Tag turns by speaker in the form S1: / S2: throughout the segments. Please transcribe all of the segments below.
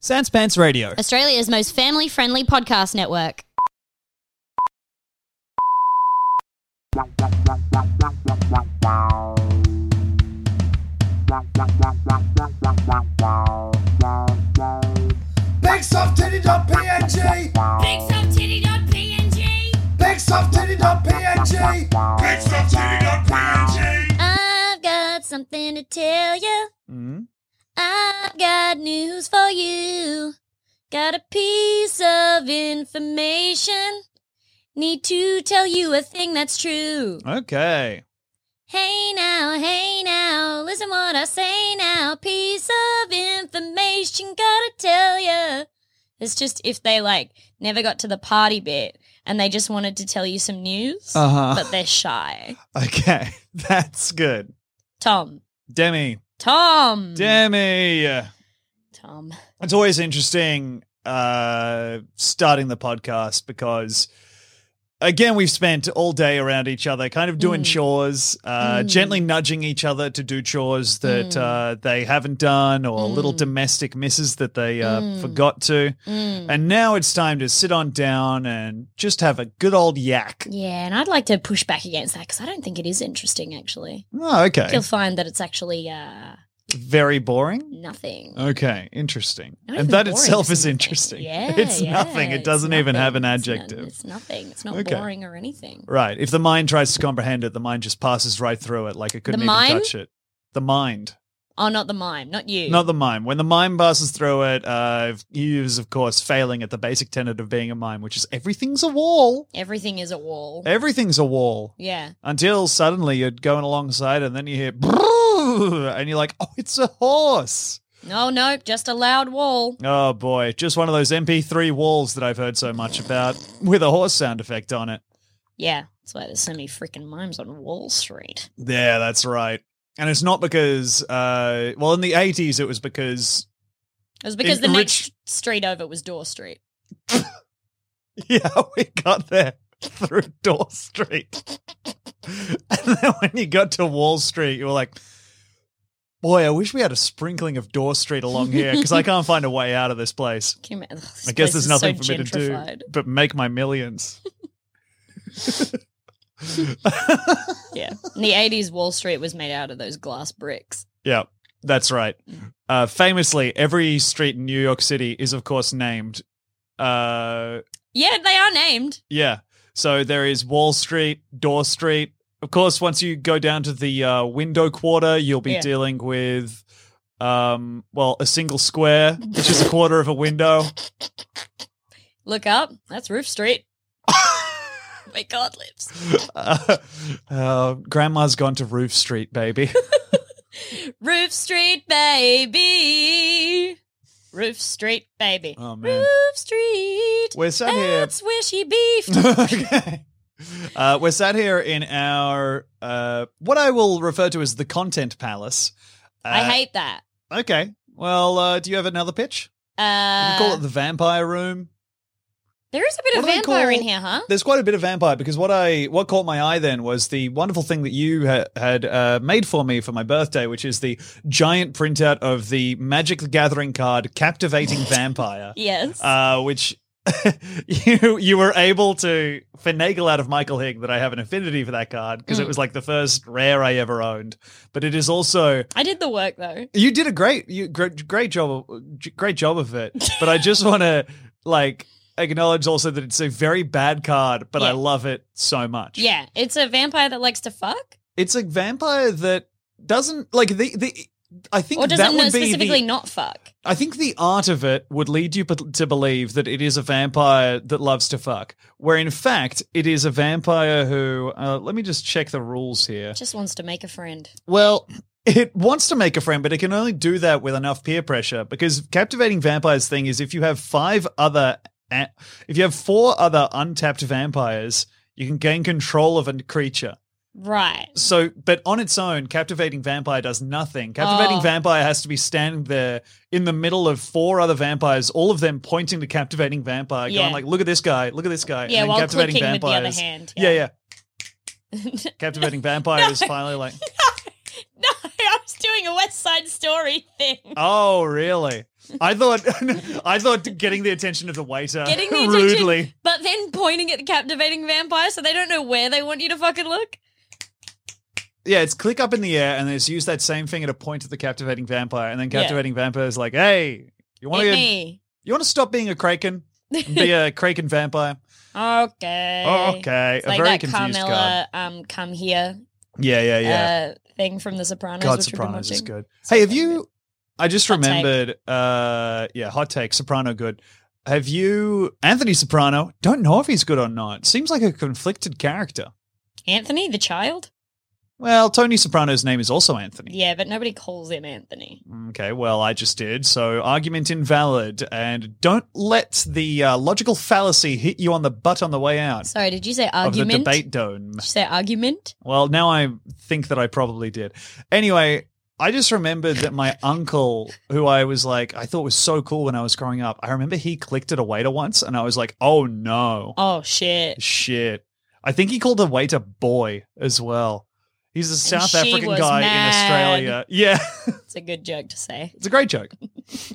S1: Sans Pants Radio.
S2: Australia's most family friendly podcast network.
S3: BigSoftTitty.png
S2: PNG.
S3: BigSoftTitty.png BigSoftTitty.png
S2: I've got something to tell you.
S1: Mm.
S2: I've got news for you. Got a piece of information. Need to tell you a thing that's true.
S1: Okay.
S2: Hey now, hey now, listen what I say now. Piece of information, gotta tell ya. It's just if they like never got to the party bit and they just wanted to tell you some news,
S1: Uh
S2: but they're shy.
S1: huh. Okay. That's good.
S2: Tom,
S1: Demi.
S2: Tom,
S1: Demi.
S2: Tom.
S1: It's always interesting uh, starting the podcast because, again, we've spent all day around each other, kind of doing
S2: Mm.
S1: chores, uh,
S2: Mm.
S1: gently nudging each other to do chores that
S2: Mm.
S1: uh, they haven't done or little
S2: Mm.
S1: domestic misses that they uh,
S2: Mm.
S1: forgot to.
S2: Mm.
S1: And now it's time to sit on down and just have a good old yak.
S2: Yeah, and I'd like to push back against that because I don't think it is interesting, actually.
S1: Oh, okay.
S2: You'll find that it's actually uh,
S1: Very boring.
S2: nothing.
S1: Okay, interesting. Oh,
S2: Not
S1: and
S2: even
S1: that
S2: boring,
S1: itself is
S2: nothing.
S1: interesting.
S2: Yeah,
S1: it's
S2: yeah,
S1: nothing. It
S2: it's
S1: doesn't even have an
S2: nothing. It's no-
S1: adjective.
S2: It's, nothing. It's not
S1: Okay.
S2: boring or anything.
S1: Right. If the mind tries to comprehend it, the mind just passes right through it, like it couldn't
S2: The
S1: even
S2: mime?
S1: touch it. The mind,
S2: Oh, not the mime, not you.
S1: not the mime. When the mime passes through it, uh, he is, of course, failing at the basic tenet of being a mime, which is everything's a wall.
S2: Everything is a
S1: Eh.
S2: wall.
S1: Everything's a wall
S2: yeah.
S1: until suddenly you're going alongside, and then you hear, "Brrr," and you're like, "Oh, it's a horse."
S2: No, no, just a loud wall.
S1: Oh boy, just one of those MP3 walls that I've heard so much about, with a horse sound effect on it.
S2: Yeah, that's why there's so many freaking mimes on Wall Street.
S1: Yeah, that's right. And it's not because, uh, well, in the 80s, it was because,
S2: It was because
S1: It-
S2: the
S1: rich-
S2: next street over was Door Street.
S1: yeah, we got there through Door Street. and then when you got to Wall Street, you were like, boy, I wish we had a sprinkling of Door Street along here because I can't find a way out of this place.
S2: Can you ima- this
S1: I guess
S2: place
S1: there's
S2: is
S1: nothing
S2: so
S1: for me to
S2: gentrified.
S1: do but make my millions.
S2: Yeah. In the 80s, Wall Street was made out of those glass bricks.
S1: Yeah, that's right. Uh, famously, every street in New York City is, of course, named. Uh,
S2: Yeah, they are named.
S1: Yeah. So there is Wall Street, Door Street. Of course, once you go down to the uh, window quarter, you'll be
S2: Yeah.
S1: dealing with, um, well, a single square, which is a quarter of a window.
S2: Look up. That's Roof Street. Where God lives.
S1: Uh, uh, grandma's gone to Roof Street, baby.
S2: Roof Street, baby. Roof Street, baby.
S1: Oh, man.
S2: Roof Street.
S1: We're sat here.
S2: That's where she beefed.
S1: okay. Uh, we're sat here in our uh, what I will refer to as the content palace. Uh,
S2: I hate that.
S1: Okay. Well, uh, do you have another pitch? You
S2: Uh,
S1: could call it the vampire room.
S2: there is a bit
S1: what
S2: of
S1: do they
S2: vampire in
S1: call- Uh,
S2: here, huh?
S1: There's quite a bit of vampire because what I what caught my eye then was the wonderful thing that you ha- had uh, made for me for my birthday, which is the giant printout of the Magic the Gathering card, captivating vampire,
S2: Yes.
S1: uh, which you you were able to finagle out of Michael Higg that I have an affinity for that card because it
S2: Mm.
S1: was like the first rare I ever owned, but it is also
S2: I did the work though.
S1: you did a great you great, great job great job of it but i just want to like acknowledge also that it's a very bad card but i
S2: Yeah.
S1: love it so much
S2: Yeah, it's a vampire that likes to fuck,
S1: it's a vampire that doesn't like the the i think
S2: or
S1: that
S2: doesn't
S1: would
S2: know
S1: be
S2: specifically
S1: the,
S2: not fuck.
S1: i think the art of it would lead you bet- to believe that it is a vampire that loves to fuck where in fact it is a vampire who uh, let me just check the rules here
S2: Just wants to make a friend.
S1: Well, it wants to make a friend, but it can only do that with enough peer pressure because captivating vampires thing is if you have five other if you have four other untapped vampires, you can gain control of a creature.
S2: Right.
S1: So, but on its own, captivating vampire does nothing. Captivating
S2: Oh.
S1: vampire has to be standing there in the middle of four other vampires, all of them pointing to captivating vampire,
S2: Yeah.
S1: going like, "Look at this guy! Look at this guy!"
S2: Yeah,
S1: and then
S2: while
S1: captivating
S2: clicking
S1: vampires.
S2: with the other hand.
S1: yeah, yeah. Captivating vampire is finally like,
S2: no, I was doing a West Side Story thing.
S1: "Oh, really?" I thought I thought getting the attention of the waiter
S2: Getting the attention,
S1: rudely.
S2: but then pointing at the captivating vampire so they don't know where they want you to fucking look.
S1: Yeah, it's click up in the air and then it's use that same finger to point at the captivating vampire, and then captivating vampire is like, "Hey, you want
S2: Hit
S1: to
S2: me.
S1: you want to stop being a kraken, and be a kraken vampire?"
S2: Okay.
S1: Oh, okay,
S2: It's
S1: a
S2: like
S1: very
S2: that
S1: confused guy.
S2: Carmela um come here
S1: Yeah, yeah, yeah.
S2: uh thing from the Sopranos.
S1: God,
S2: which we've been
S1: Sopranos is
S2: watching.
S1: good. Hey, have
S2: fucking
S1: you? I just
S2: Hot take.
S1: remembered. uh Yeah, hot take. Soprano good. Have you? Anthony Soprano. Don't know if he's good or not. Seems like a conflicted character.
S2: Anthony the child?
S1: Well, Tony Soprano's name is also Anthony.
S2: Yeah, but nobody calls him Anthony.
S1: Okay, well, I just did. So argument invalid. And don't let the uh, logical fallacy hit you on the butt on the way out
S2: Sorry, did you say
S1: of the
S2: argument?
S1: debate dome.
S2: Did you say argument?
S1: Well, now I think that I probably did. Anyway, I just remembered that my uncle, who I was like, I thought was so cool when I was growing up, I remember he clicked at a waiter once and I was like, oh no,
S2: Oh shit.
S1: shit. I think he called a waiter boy as well. He's a South
S2: she
S1: African
S2: was
S1: guy
S2: mad.
S1: in Australia. Yeah.
S2: It's a good joke to say.
S1: It's a great joke.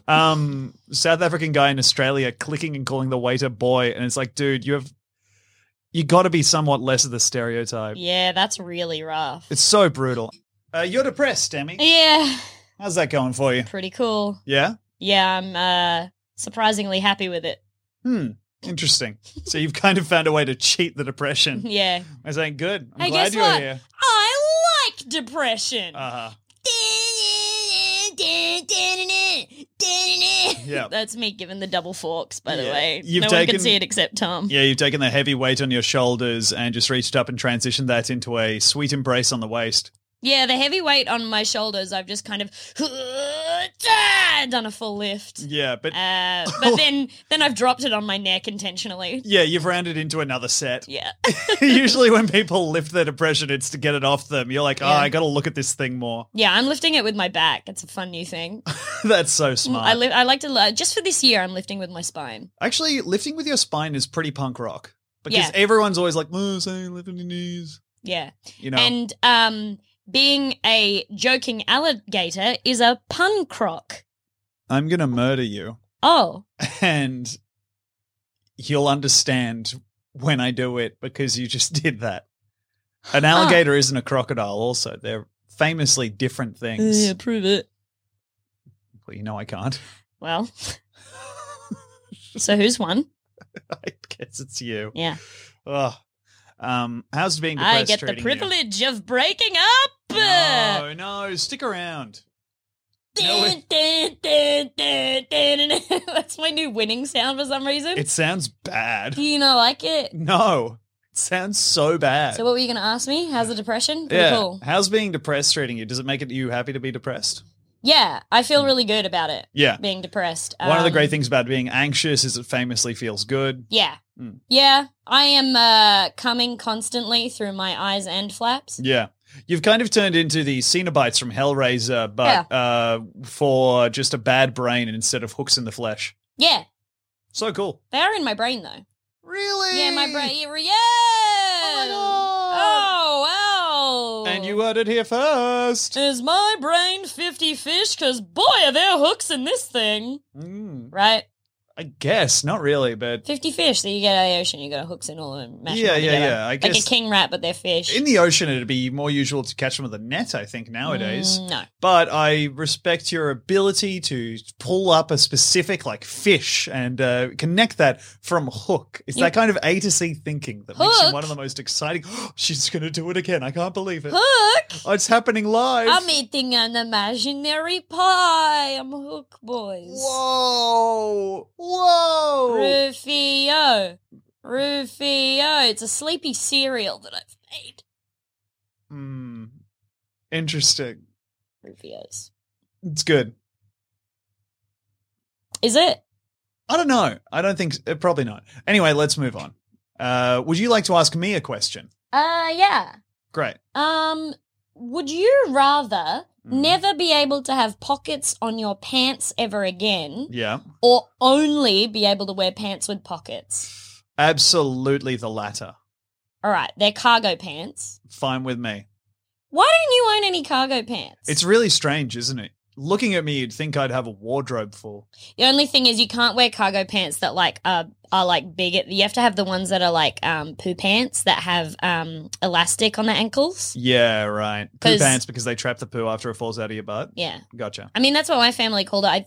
S1: Um, South African guy in Australia clicking and calling the waiter boy, and it's like, dude, you have you got to be somewhat less of the stereotype.
S2: Yeah, that's really rough.
S1: It's so brutal. Uh, you're depressed, Emmy.
S2: Yeah,
S1: How's that going for you?
S2: pretty cool.
S1: Yeah.
S2: Yeah, I'm uh surprisingly happy with it.
S1: Hmm. Interesting. So you've kind of found a way to cheat the depression.
S2: Yeah.
S1: I saying, good. I'm
S2: Hey,
S1: glad
S2: guess
S1: you're
S2: what?
S1: here.
S2: I like depression.
S1: Uh-huh. Yeah.
S2: That's me giving the double forks, by the
S1: Yeah.
S2: way.
S1: You've
S2: no one
S1: taken-
S2: can see it except Tom.
S1: Yeah, you've taken the heavy weight on your shoulders and just reached up and transitioned that into a sweet embrace on the waist.
S2: Yeah, the heavy weight on my shoulders, I've just kind of done a full lift.
S1: Yeah, but
S2: Uh, but then, then I've dropped it on my neck intentionally.
S1: yeah, you've rounded into another set.
S2: Yeah.
S1: Usually, when people lift their depression, it's to get it off them. You're like, oh,
S2: Yeah.
S1: I got to look at this thing more.
S2: Yeah, I'm lifting it with my back. It's a fun new thing.
S1: That's so smart.
S2: Mm, I, li- I like to, li- just for this year, I'm lifting with my spine.
S1: Actually, lifting with your spine is pretty punk rock because
S2: Yeah.
S1: everyone's always like, oh, say lift with your knees.
S2: Yeah.
S1: You know,
S2: And um, being a joking alligator is a pun croc.
S1: I'm gonna murder you,
S2: Oh,
S1: and you'll understand when I do it because you just did that. An alligator isn't a crocodile. Also, they're famously different things.
S2: yeah, prove it.
S1: Well, you know I can't.
S2: Well, so who's won?
S1: I guess it's you.
S2: Yeah,
S1: Ugh. Um, how's being depressed
S2: I get the
S1: treating you?
S2: privilege of breaking up.
S1: No, no, stick around. no,
S2: Dun, dun, dun, dun, dun, dun, dun. That's my new winning sound for some reason.
S1: It sounds bad.
S2: Do you not like it?
S1: No, it sounds so bad.
S2: So what were you going to ask me? How's the depression? Pretty
S1: yeah.
S2: cool.
S1: How's being depressed treating you? Does it make it you happy to be depressed?
S2: Yeah, I feel really good about it.
S1: Yeah.
S2: Being depressed.
S1: Mm. One of the
S2: Um,
S1: great things about being anxious is it famously feels good.
S2: Yeah.
S1: Mm.
S2: Yeah, I am uh, coming constantly through my eyes and flaps.
S1: Yeah. You've kind of turned into the Cenobites from Hellraiser, but uh, for just a bad brain instead of hooks in the flesh.
S2: Yeah,
S1: So cool.
S2: they are in my brain though.
S1: Really?
S2: Yeah, my brain. Yeah.
S1: Oh
S2: Oh wow.
S1: And you heard it here first.
S2: is my brain fifty fish? Cause boy, are there hooks in this thing,
S1: Mm,
S2: right?
S1: I guess not really, but
S2: Fifty fish. So you get out of the ocean. You got hooks in all of them. Mash them
S1: Yeah,
S2: all
S1: yeah,
S2: together.
S1: yeah, I
S2: like
S1: guess-
S2: a king rat, but they're fish.
S1: In the ocean, it'd be more usual to catch them with a net, I think, nowadays.
S2: Mm, no.
S1: But I respect your ability to pull up a specific, like, fish and uh, connect that from hook. It's
S2: You-
S1: that kind of A to C thinking that makes you
S2: Hook?
S1: one of the most exciting. She's going to do it again. I can't believe it.
S2: Hook.
S1: Oh, it's happening live.
S2: I'm eating an imaginary pie. I'm hook boys.
S1: Whoa.
S2: Oh.
S1: Whoa.
S2: Rufio. Rufio. It's a sleepy cereal that I've made.
S1: Hmm. Interesting.
S2: Rufio's.
S1: It's good.
S2: Is it?
S1: I don't know. I don't think, uh, probably not. Anyway, let's move on. Uh, would you like to ask me a question?
S2: Uh yeah.
S1: Great.
S2: Um would you rather
S1: Mm.
S2: never be able to have pockets on your pants ever again
S1: Yeah.
S2: or only be able to wear pants with pockets?
S1: Absolutely the latter.
S2: All right, they're cargo pants.
S1: Fine with me.
S2: Why don't you own any cargo pants?
S1: It's really strange, isn't it? looking at me, you'd think I'd have a wardrobe full.
S2: The only thing is you can't wear cargo pants that like are are like big. At, you have to have the ones that are like um, poo pants that have um, elastic on the ankles.
S1: Yeah, right. Poo
S2: 'Cause-
S1: pants because they trap the poo after it falls out of your butt.
S2: Yeah,
S1: Gotcha.
S2: I mean that's what my family called it. I,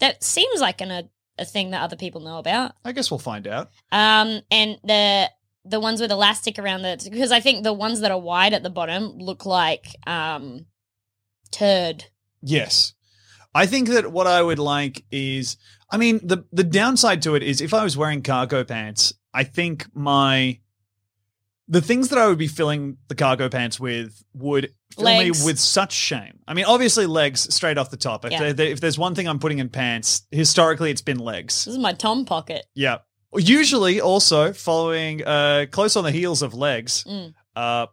S2: that seems like an, a a thing that other people know about.
S1: I guess we'll find out.
S2: Um, and the the ones with elastic around the because I think the ones that are wide at the bottom look like um, turd.
S1: Yes. I think that what I would like is I mean the the downside to it is if I was wearing cargo pants, I think my the things that I would be filling the cargo pants with would fill
S2: Legs.
S1: me with such shame. I mean, obviously legs straight off the top. If,
S2: Yeah.
S1: there- there- if there's one thing I'm putting in pants, historically it's been legs.
S2: This is my Tom pocket.
S1: Yeah. Usually also following uh close on the heels of legs,
S2: Mm.
S1: uh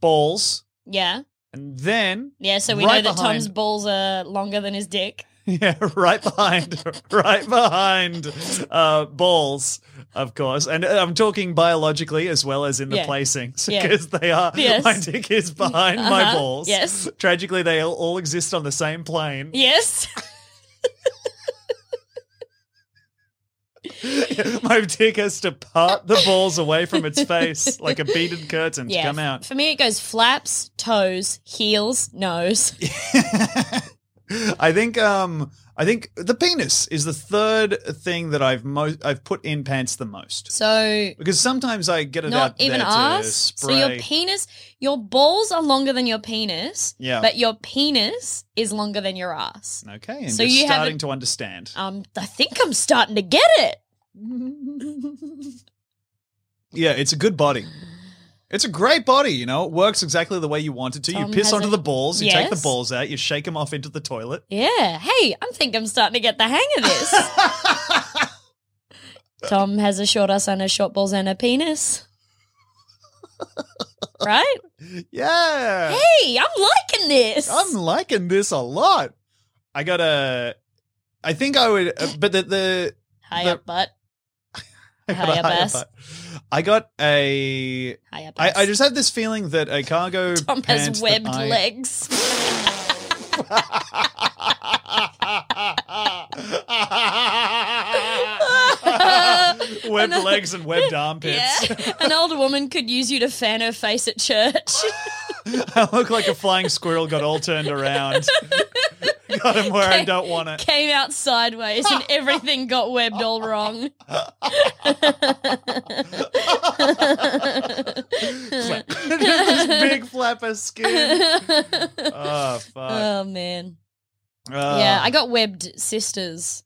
S1: balls,
S2: Yeah,
S1: and then
S2: yeah. So we
S1: Right
S2: know that
S1: behind-
S2: Tom's balls are longer than his dick.
S1: Yeah, right behind, right behind uh, balls, of course. And uh, I'm talking biologically as well as in the
S2: Yeah.
S1: placings
S2: Yeah.
S1: because they are.
S2: Yes.
S1: My dick is behind my
S2: Uh-huh.
S1: balls.
S2: Yes.
S1: Tragically, they all, all exist on the same plane.
S2: Yes.
S1: my dick has to part the balls away from its face like a beaded curtain
S2: Yeah.
S1: to come out.
S2: For me, it goes flaps, toes, heels, nose.
S1: I think um I think the penis is the third thing that I've most I've put in pants the most.
S2: So
S1: Because sometimes I get it
S2: not
S1: out
S2: even
S1: there to
S2: ass. So
S1: uh, spray.
S2: your penis, your balls are longer than your penis,
S1: yeah.
S2: but your penis is longer than your ass.
S1: okay. And
S2: So
S1: you're
S2: you haven't-
S1: starting to understand.
S2: Um, I think I'm starting to get it.
S1: yeah, it's a good body. It's a great body, you know. It works exactly the way you want it to.
S2: Tom
S1: you piss
S2: has
S1: onto
S2: a-
S1: the balls, you take the
S2: Yes.
S1: balls out, you shake them off into the toilet.
S2: Yeah. Hey, I think I'm starting to get the hang of this. Tom has a short ass and a short balls and a penis. Right?
S1: yeah.
S2: Hey, I'm liking this.
S1: I'm liking this a lot. I got to I think I would uh, but the the
S2: high
S1: the-
S2: up butt.
S1: I got, a
S2: Higher
S1: higher
S2: bass.
S1: butt. I got a
S2: High up.
S1: I, I
S2: ass.
S1: just have this feeling that a cargo
S2: Tom
S1: pants
S2: has
S1: that
S2: webbed
S1: I-
S2: legs.
S1: webbed
S2: Another-
S1: legs and webbed armpits.
S2: Yeah. An older woman could use you to fan her face at church.
S1: I look like a flying squirrel got all turned around. got him where I don't want it.
S2: Came out sideways and everything got webbed all wrong.
S1: Flap. Just this big flap of skin. Oh fuck.
S2: oh man.
S1: Oh.
S2: Uh, yeah, I got webbed sisters.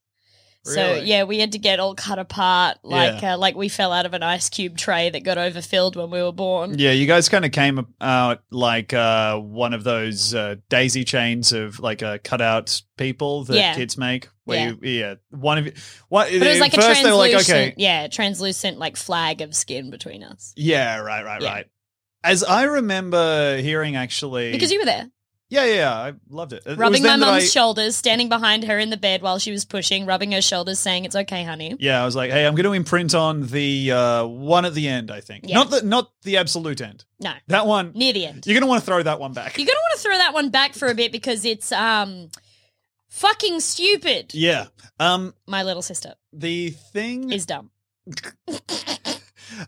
S2: So
S1: Really?
S2: yeah, we had to get all cut apart, like
S1: Yeah.
S2: uh, like we fell out of an ice cube tray that got overfilled when we were born.
S1: Yeah, you guys kind of came out like uh, one of those uh, daisy chains of like uh, cutout people that
S2: Yeah.
S1: kids make. Where you, yeah, one of you. What,
S2: But it was like a
S1: first they
S2: translucent,
S1: were like, okay,
S2: yeah, translucent like flag of skin between us
S1: yeah, right, right,
S2: Yeah.
S1: right. As I remember hearing, actually,
S2: because you were there,
S1: yeah, yeah, yeah, I loved it. It was
S2: rubbing my
S1: then that
S2: mum's
S1: I-
S2: shoulders, standing behind her in the bed while she was pushing, rubbing her shoulders, saying it's okay, honey.
S1: Yeah, I was like, hey, I'm going to imprint on the uh, one at the end. I think
S2: Yeah.
S1: not the not the absolute end.
S2: No,
S1: That one,
S2: near the end.
S1: you're going to want to throw that one back.
S2: You're gonna want to throw that one back for a bit because it's um fucking stupid.
S1: yeah. Um,
S2: My little sister
S1: the thing
S2: is dumb.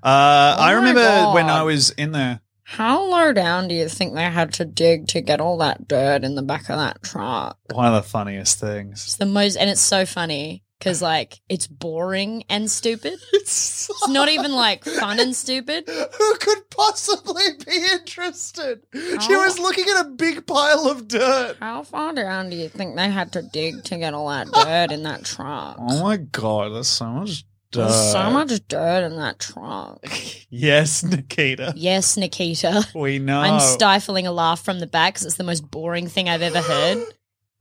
S1: Uh, I
S2: my
S1: remember when
S2: God.
S1: I was in there.
S2: How low down do you think they had to dig to get all that dirt in the back of that truck?
S1: One of the funniest things.
S2: It's the most, and it's so funny because like it's boring and stupid.
S1: It's
S2: It's not even like fun and stupid.
S1: Who could possibly be interested? She
S2: Oh.
S1: was looking at a big pile of dirt.
S2: How far down do you think they had to dig to get all that dirt in that truck?
S1: Oh my god, there's so much dirt.
S2: There's so much dirt in that truck.
S1: Yes, Nikita.
S2: Yes, Nikita.
S1: We know.
S2: I'm stifling a laugh from the back because it's the most boring thing I've ever heard.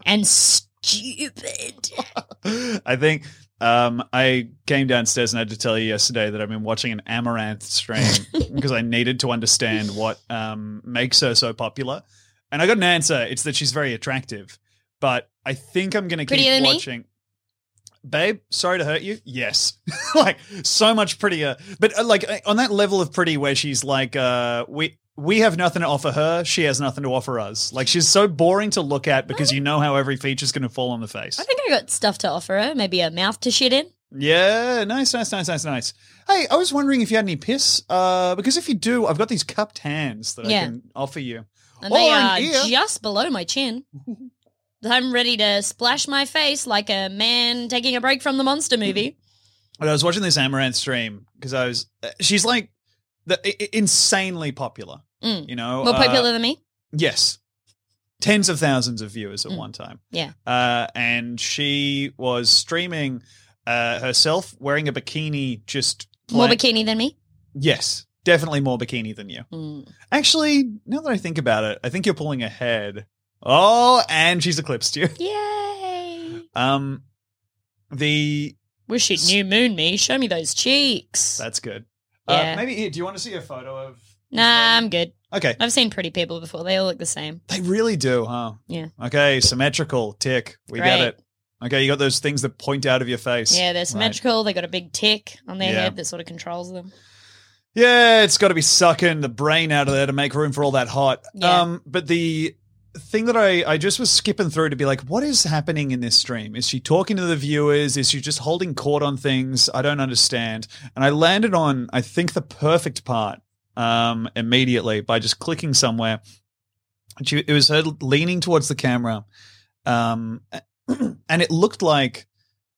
S2: And stupid.
S1: I think um, I came downstairs and had to tell you yesterday that I've been watching an Amaranth stream because I needed to understand what um, makes her so popular. And I got an answer. It's that she's very attractive. But I think I'm going to
S2: Prettier
S1: keep
S2: than me?
S1: watching. Babe, sorry to hurt you. Yes. like so much prettier. But uh, like uh, on that level of pretty where she's like uh we we have nothing to offer her. She has nothing to offer us. Like she's so boring to look at because you know how every feature's going to fall on the face.
S2: I think I got stuff to offer her. Maybe a mouth to shit in.
S1: Yeah, nice, nice, nice, nice, nice. Hey, I was wondering if you had any piss, uh, because if you do, I've got these cupped hands that I
S2: Yeah.
S1: can offer you.
S2: And they
S1: Or an
S2: are
S1: ear.
S2: just below my chin. I'm ready to splash my face like a man taking a break from the monster movie.
S1: But I was watching this Amaranth stream because I was, uh, she's like the, i- i- insanely popular,
S2: Mm.
S1: you know?
S2: More
S1: uh,
S2: popular than me?
S1: Yes. Tens of thousands of viewers at
S2: Mm.
S1: one time.
S2: Yeah.
S1: Uh, and she was streaming uh, herself wearing a bikini, just
S2: More
S1: playing-
S2: bikini than me?
S1: Yes, definitely more bikini than you.
S2: Mm.
S1: Actually, now that I think about it, I think you're pulling ahead. Oh, and she's eclipsed you.
S2: Yay!
S1: Um, the
S2: Wish you'd new moon me. Show me those cheeks.
S1: that's good. Uh,
S2: Yeah.
S1: maybe here. Do you want to see a photo of?
S2: Nah, I'm good.
S1: Okay,
S2: I've seen pretty people before. They all look the same.
S1: they really do, huh?
S2: Yeah.
S1: Okay, symmetrical tick. We got
S2: Great.
S1: it. Okay, you got those things that point out of your face.
S2: Yeah, they're symmetrical. They got a big tick on their
S1: Yeah.
S2: head that sort of controls them.
S1: Yeah, it's got to be sucking the brain out of there to make room for all that hot.
S2: Yeah.
S1: Um, but the thing that I I just was skipping through to be like, what is happening in this stream? Is she talking to the viewers? Is she just holding court on things? I don't understand. And I landed on I think the perfect part um immediately by just clicking somewhere. And she, it was her leaning towards the camera, um, and it looked like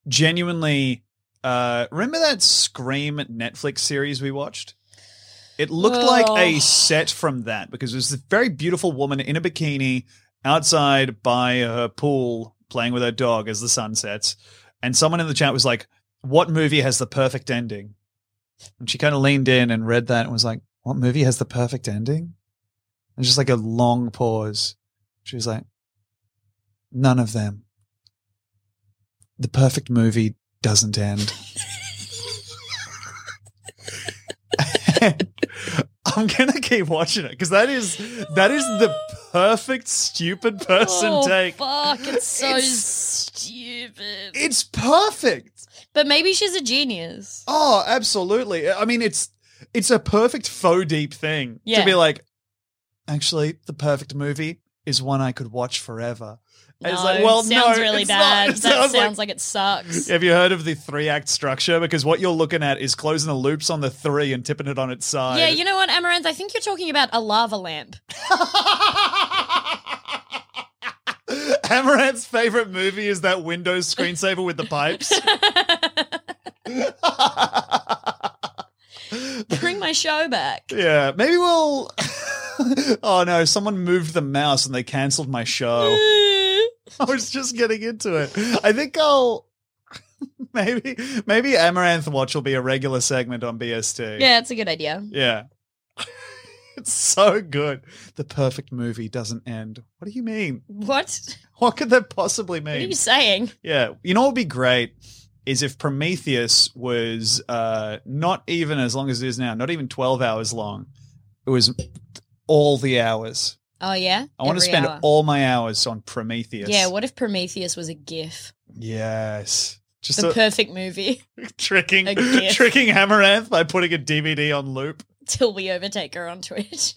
S1: genuinely. Uh, remember that Scream Netflix series we watched? It looked like a
S2: Oh.
S1: set from that because it was a very beautiful woman in a bikini outside by her pool playing with her dog as the sun sets. And someone in the chat was like, What movie has the perfect ending? And she kind of leaned in and read that and was like, What movie has the perfect ending? And just like a long pause. She was like, None of them. The perfect movie doesn't end. I'm gonna keep watching it because that is that is the perfect stupid person
S2: oh,
S1: take.
S2: fuck. It's so
S1: It's-
S2: stupid.
S1: It's perfect.
S2: but maybe she's a genius.
S1: Oh, absolutely. I mean, it's it's a perfect faux deep thing
S2: Yeah.
S1: to be like. Actually, the perfect movie is one I could watch forever. And it's like, well, no,
S2: sounds really
S1: it's not.
S2: bad.
S1: It
S2: That
S1: sounds
S2: sounds,
S1: like-
S2: like, it sucks.
S1: Have you heard of the three act structure? Because what you're looking at is closing the loops on the three and tipping it on its side.
S2: Yeah, you know what, Amaranth? I think you're talking about a lava lamp.
S1: Amaranth's favorite movie is that Windows screensaver with the pipes.
S2: Bring my show back.
S1: yeah, maybe we'll. oh no, someone moved the mouse and they cancelled my show. I was just getting into it. I think I'll. Maybe maybe Amaranth Watch will be a regular segment on BST.
S2: yeah, it's a good idea.
S1: Yeah. it's so good. The perfect movie doesn't end. What do you mean?
S2: What?
S1: What could that possibly mean?
S2: What are you saying?
S1: Yeah. You know what would be great is if Prometheus was uh, not even as long as it is now, not even 12 hours long. It was all the hours.
S2: Oh yeah,
S1: I want to
S2: Every
S1: spend
S2: hour.
S1: all my hours on Prometheus.
S2: Yeah, what if Prometheus was a GIF?
S1: yes. Just
S2: The
S1: a-
S2: perfect movie
S1: tricking
S2: a gift.
S1: tricking Amaranth by putting a DVD on loop.
S2: till we overtake her on Twitch.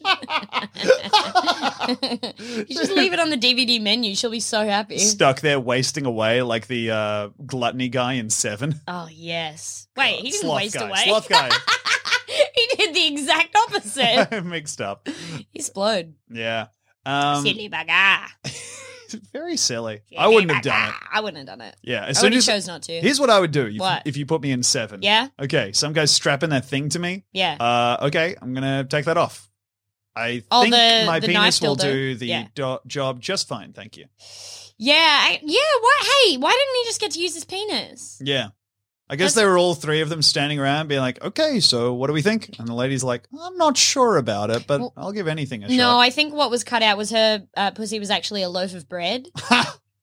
S2: you just leave it on the DVD menu. She'll be so happy.
S1: Stuck there wasting away like the uh, gluttony guy in Seven.
S2: Oh yes. Wait, he didn't
S1: Sloth
S2: waste
S1: guy.
S2: away.
S1: Sloth guy.
S2: he did the exact opposite.
S1: Mixed up.
S2: He's blowed.
S1: Yeah. Um,
S2: Silly bugger.
S1: very silly. I wouldn't have done it.
S2: I wouldn't have done it.
S1: Yeah. As
S2: I
S1: soon
S2: would have
S1: as
S2: chose not to.
S1: here's what I would do if,
S2: What?
S1: if you put me in seven.
S2: yeah,
S1: Okay. Some guy's strapping that thing to me.
S2: yeah.
S1: Uh, okay. I'm gonna take that off. I
S2: Oh,
S1: think
S2: the-
S1: my
S2: the
S1: penis
S2: knife
S1: will
S2: dildo.
S1: do the
S2: Yeah.
S1: do- job just fine. Thank you.
S2: yeah, I, yeah, why hey, why didn't he just get to use his penis?
S1: Yeah. I guess
S2: That's-
S1: they were all three of them standing around being like, okay, so what do we think? And the lady's like, I'm not sure about it, but
S2: Well,
S1: I'll give anything a
S2: No,
S1: shot.
S2: I think what was cut out was her uh, pussy was actually a loaf of bread.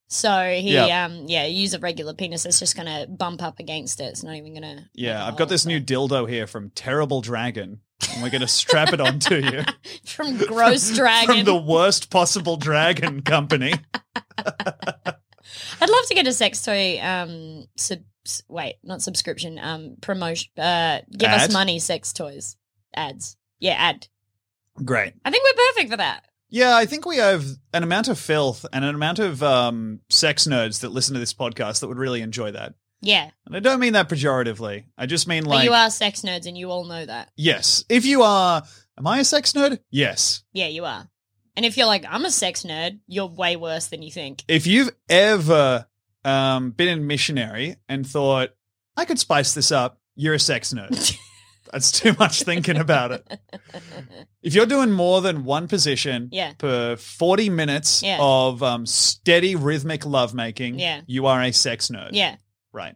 S2: So he,
S1: Yeah.
S2: um, yeah, use a regular penis. It's just gonna bump up against it. It's not even gonna. make
S1: yeah,
S2: a
S1: I've got
S2: hole,
S1: this
S2: so.
S1: new dildo here from Terrible Dragon, and we're going to strap it onto you.
S2: from gross dragon.
S1: From the worst possible dragon company.
S2: I'd love to get a sex toy. Um, sub- s- wait, not subscription. Um, promotion. Uh, give
S1: Ad?
S2: us money, sex toys ads. Yeah, ad.
S1: Great.
S2: I think we're perfect for that.
S1: Yeah, I think we have an amount of filth and an amount of um, sex nerds that listen to this podcast that would really enjoy that.
S2: Yeah.
S1: And I don't mean that pejoratively. I just mean
S2: but
S1: like,
S2: you are sex nerds and you all know that.
S1: yes, if you are, am I a sex nerd? Yes.
S2: Yeah, you are. And if you're like, I'm a sex nerd, you're way worse than you think.
S1: If you've ever um, been in missionary and thought I could spice this up, you're a sex nerd. That's too much thinking about it. If you're doing more than one position
S2: Yeah.
S1: per 40 minutes
S2: Yeah.
S1: of um, steady rhythmic lovemaking,
S2: Yeah.
S1: you are a sex nerd.
S2: yeah.
S1: Right.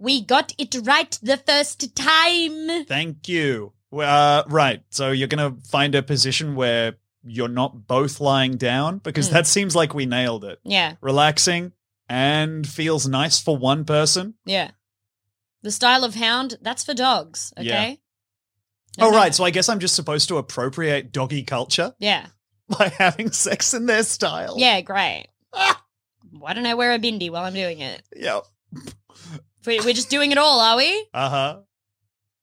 S2: We got it right the first time.
S1: Thank you. Uh, right. So you're going to find a position where you're not both lying down because
S2: Hmm.
S1: that seems like we nailed it.
S2: Yeah.
S1: Relaxing and feels nice for one person.
S2: Yeah. The style of hound, that's for dogs,
S1: Yeah.
S2: okay?
S1: All Oh, right.
S2: No, no.
S1: So I guess I'm just supposed to appropriate doggy culture
S2: Yeah.
S1: by having sex in their style.
S2: Yeah, great. Why don't I wear a bindi while I'm doing it?
S1: Yep.
S2: We- We're just doing it all, are we?
S1: Uh huh.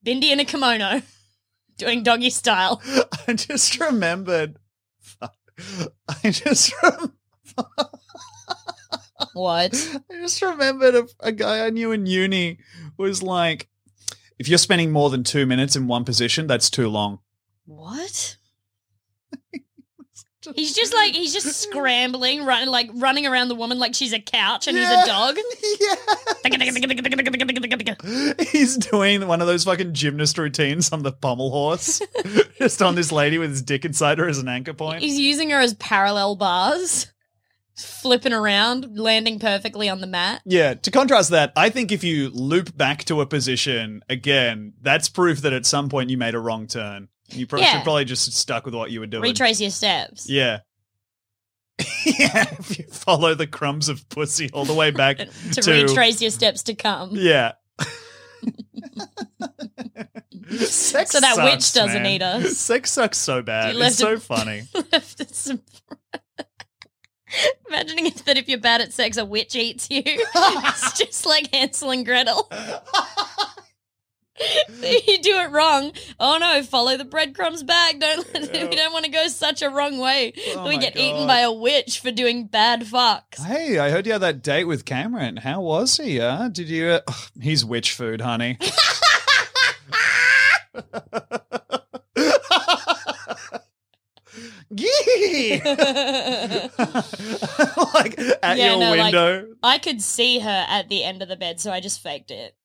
S2: Bindi and a kimono. Doing doggy style.
S1: I just remembered. I just rem-
S2: What?
S1: I just remembered a, a guy I knew in uni was like, if you're spending more than two minutes in one position, that's too long.
S2: What? He's just like he's just scrambling, run, like running around the woman like she's a couch and he's
S1: Yeah.
S2: a dog.
S1: He's doing one of those fucking gymnast routines on the pommel horse, just on this lady with his dick inside her as an anchor point.
S2: He's using her as parallel bars, flipping around, landing perfectly on the mat.
S1: Yeah, to contrast that, I think if you loop back to a position again, that's proof that at some point you made a wrong turn. You probably
S2: Yeah.
S1: should probably just stuck with what you were doing.
S2: Retrace your steps.
S1: Yeah. yeah, if you follow the crumbs of pussy all the way back
S2: To,
S1: to,
S2: retrace your steps to come.
S1: Yeah. Sex
S2: So that
S1: sucks,
S2: witch doesn't
S1: man.
S2: eat us.
S1: Sex sucks so bad.
S2: You
S1: It's
S2: left
S1: so
S2: it-
S1: funny.
S2: Left it some- Imagining it's that if you're bad at sex, a witch eats you. it's just like Hansel and Gretel. you do it wrong. Oh no! Follow the breadcrumbs back. Don't let
S1: Yeah.
S2: we don't want to go such a wrong way.
S1: Oh
S2: that we
S1: my
S2: get eaten
S1: God.
S2: by a witch for doing bad fucks.
S1: Hey, I heard you had that date with Cameron. How was he? Uh? Did you? Uh, ugh, he's witch food, honey. Yee! like at
S2: Yeah,
S1: your
S2: no, like-
S1: window.
S2: I could see her at the end of the bed, so I just faked it.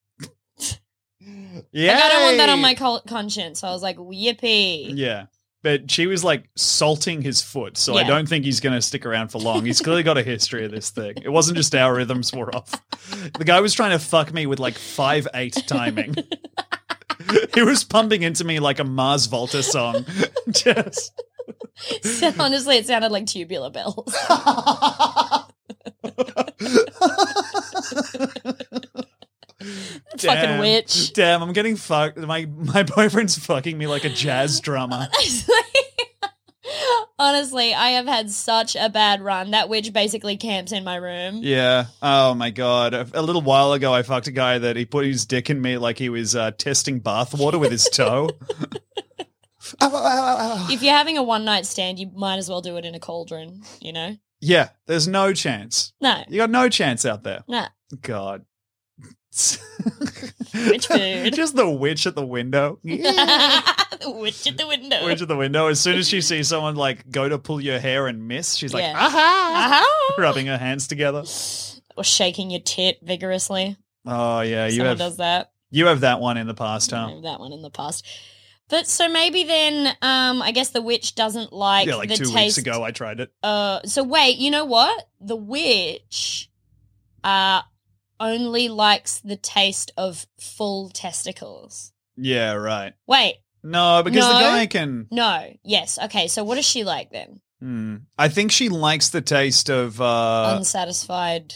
S1: yeah,
S2: Like I don't want that on my col- conscience. So I was like, yippee.
S1: Yeah. But she was like salting his foot, so I
S2: Yeah.
S1: don't think he's going to stick around for long. He's clearly got a history of this thing. It wasn't just our rhythms were off. The guy was trying to fuck me with like five eight timing. he was pumping into me like a Mars Volta song. just
S2: So honestly, it sounded like tubular bells. Fucking
S1: Damn.
S2: witch.
S1: Damn, I'm getting fucked. My my boyfriend's fucking me like a jazz drummer.
S2: honestly, I have had such a bad run. That witch basically camps in my room.
S1: Yeah. Oh my god. A, a little while ago, I fucked a guy that he put his dick in me like he was uh, testing bathwater with his toe. Ow, ow, ow, ow, ow.
S2: If you're having a one night stand, you might as well do it in a cauldron. You know?
S1: yeah. There's no chance.
S2: No,
S1: You got no chance out there.
S2: no.
S1: God.
S2: Witch food.
S1: Just the witch at the window.
S2: the witch at the window.
S1: witch at the window. As soon as she sees someone like go to pull your hair and miss, she's like,
S2: Yeah.
S1: aha,
S2: Uh-huh.
S1: rubbing her hands together.
S2: Or shaking your tit vigorously.
S1: Oh yeah, you
S2: Someone
S1: have
S2: does that.
S1: you have that one in the past,
S2: I
S1: huh?
S2: remember that one in the past. But so maybe then, um, I guess the witch doesn't like
S1: yeah, like
S2: the
S1: two weeks
S2: taste-
S1: ago, I tried it.
S2: Uh, so wait, you know what? The witch, uh, only likes the taste of full testicles.
S1: Yeah, right.
S2: Wait,
S1: No, because the
S2: No.
S1: guy can.
S2: no, yes, okay. So what does she like then?
S1: Hmm. I think she likes the taste of.
S2: Um,
S1: Uh,
S2: Unsatisfied.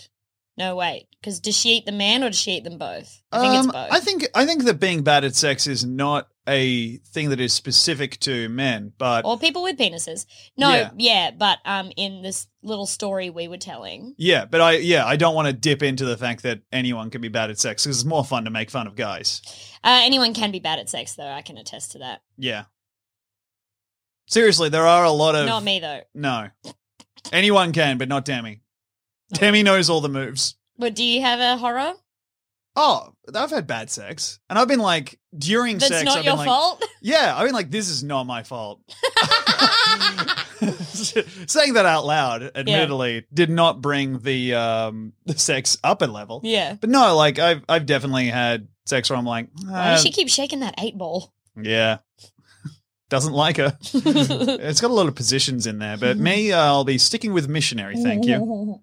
S2: No, wait, because does she eat the man or does she eat them both? I think
S1: um,
S2: it's both.
S1: I think I think that being bad at sex is not a thing that is specific to men, but
S2: or people with penises. No,
S1: Yeah.
S2: yeah. but um, in this little story we were telling,
S1: yeah, but I yeah I don't want to dip into the fact that anyone can be bad at sex because it's more fun to make fun of guys.
S2: uh, anyone can be bad at sex, though. I can attest to that.
S1: Yeah, Seriously, there are a lot of
S2: Not me though.
S1: No, anyone can, but not Demi. Demi knows all the moves.
S2: But do you have a horror?
S1: Oh, I've had bad sex, and I've been like during
S2: That's
S1: sex.
S2: not
S1: I've
S2: your
S1: been like,
S2: fault.
S1: Yeah, I've been like, this is not my fault. Saying that out loud, admittedly, did not bring the um the sex up a level.
S2: yeah.
S1: But no, like I've I've definitely had sex where I'm like,
S2: Why
S1: "Uh,
S2: does she keep shaking that eight ball?
S1: yeah, doesn't like her. it's got a lot of positions in there, but me, uh, I'll be sticking with missionary. Thank you.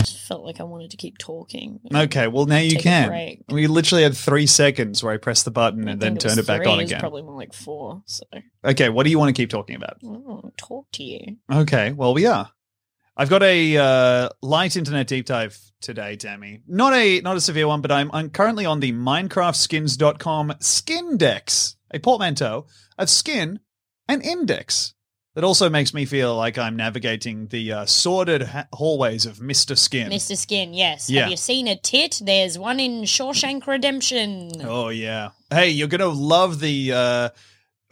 S2: Just felt like I wanted to keep talking.
S1: Okay, well now you
S2: Take a
S1: can.
S2: break.
S1: We literally had three seconds where I pressed the button
S2: I
S1: and then
S2: think
S1: turned
S2: was
S1: it back
S2: three,
S1: on
S2: was
S1: again.
S2: Probably more like four. So I
S1: okay, what do you want to keep talking about?
S2: don't wanna talk to you.
S1: Okay, well we are. I've got a uh, light internet deep dive today, Tammy. Not a not a severe one, but I'm I'm currently on the MinecraftSkins.com skin dex, a portmanteau of skin and index. That also makes me feel like I'm navigating the uh, sordid ha- hallways of Mister Skin.
S2: Mr. Skin, yes.
S1: Yeah.
S2: Have you seen a tit? There's one in Shawshank Redemption.
S1: Oh yeah. Hey, you're gonna love the uh,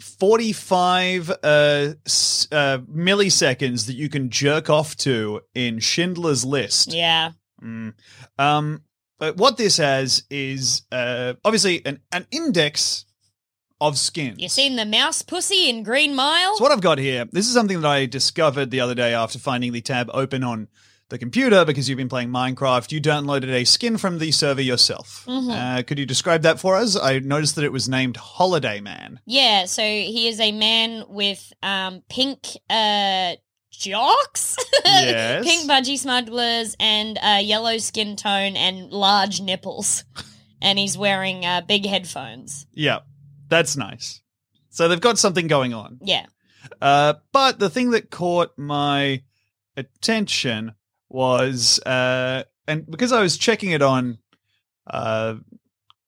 S1: 45 uh, s- uh, milliseconds that you can jerk off to in Schindler's List.
S2: Yeah.
S1: Mm. Um, but what this has is uh, obviously an, an index of skin.
S2: You seen the mouse pussy in Green Mile?
S1: So what I've got here, this is something that I discovered the other day after finding the tab open on the computer because you've been playing Minecraft. You downloaded a skin from the server yourself.
S2: Mhm.
S1: Uh, could you describe that for us? I noticed that it was named Holiday Man.
S2: Yeah, so he is a man with um, pink uh, jocks,
S1: Yes.
S2: pink budgie smugglers, and uh, yellow skin tone and large nipples. And he's wearing uh, big headphones.
S1: Yeah, that's nice. So they've got something going on.
S2: Yeah.
S1: Uh, but the thing that caught my attention was, uh, and because I was checking it on, uh,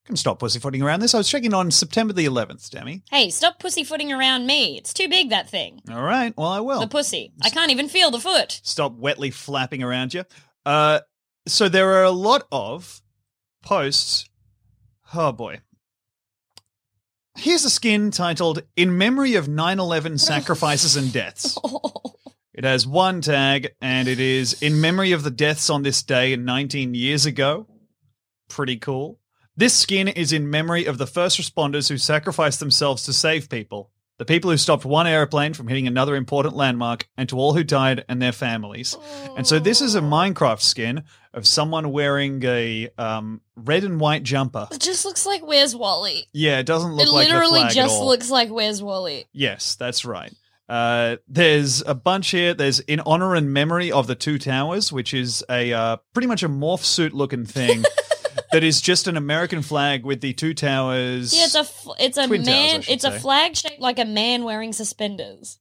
S1: can stop pussyfooting around this. I was checking on September the 11th, Demi.
S2: Hey, stop pussyfooting around me. It's too big, that thing.
S1: All right. Well, I will.
S2: The pussy. I can't even feel the foot.
S1: Stop wetly flapping around you. Uh, so there are a lot of posts. Oh boy. Here's a skin titled In Memory of 9 11 Sacrifices and Deaths. It has one tag, and it is in memory of the deaths on this day 19 years ago. Pretty cool. This skin is in memory of the first responders who sacrificed themselves to save people, the people who stopped one airplane from hitting another important landmark, and to all who died and their families. And so this is a Minecraft skin of someone wearing a um, red and white jumper.
S2: It just looks like Where's Wally?
S1: Yeah, it doesn't look
S2: it
S1: like the
S2: literally
S1: flag at
S2: just
S1: all.
S2: looks like Where's Wally?
S1: Yes, that's right. Uh, there's a bunch here. There's in honor and memory of the two towers, which is a uh, pretty much a morph suit looking thing that is just an American flag with the two towers.
S2: Yeah, it's a f- it's a
S1: Twin towers, I
S2: man.
S1: should
S2: It's
S1: say.
S2: a flag shaped like a man wearing suspenders.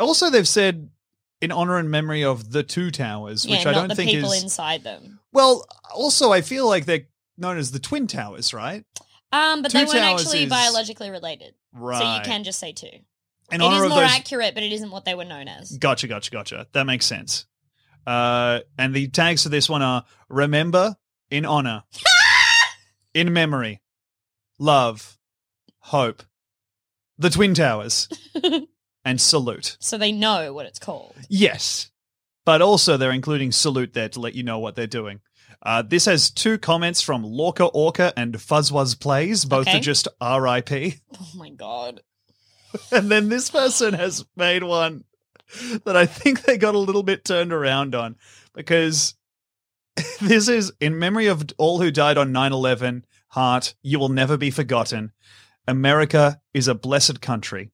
S1: also, they've said in honor and memory of the two towers, which
S2: yeah,
S1: I
S2: not
S1: don't
S2: the
S1: think
S2: people
S1: is
S2: inside them.
S1: well. Also, I feel like they're known as the twin towers, right?
S2: Um, but
S1: Two
S2: they weren't
S1: towers
S2: actually
S1: is-
S2: biologically related, so you can just say two.
S1: in
S2: it
S1: honor
S2: is
S1: of
S2: more
S1: those
S2: accurate, but it isn't what they were known as.
S1: Gotcha, gotcha, gotcha. That makes sense. Uh, and the tags for this one are remember, in honor, in memory, love, hope, the Twin Towers, and salute.
S2: So they know what it's called.
S1: Yes. But also, they're including salute there to let you know what they're doing. Uh, this has two comments from Lorca Orca and Fuzzwuzz Plays. Both
S2: Okay.
S1: are just RIP.
S2: Oh my god!
S1: And then this person has made one that I think they got a little bit turned around on because this is in memory of all who died on 9 11, heart, you will never be forgotten. America is a blessed country.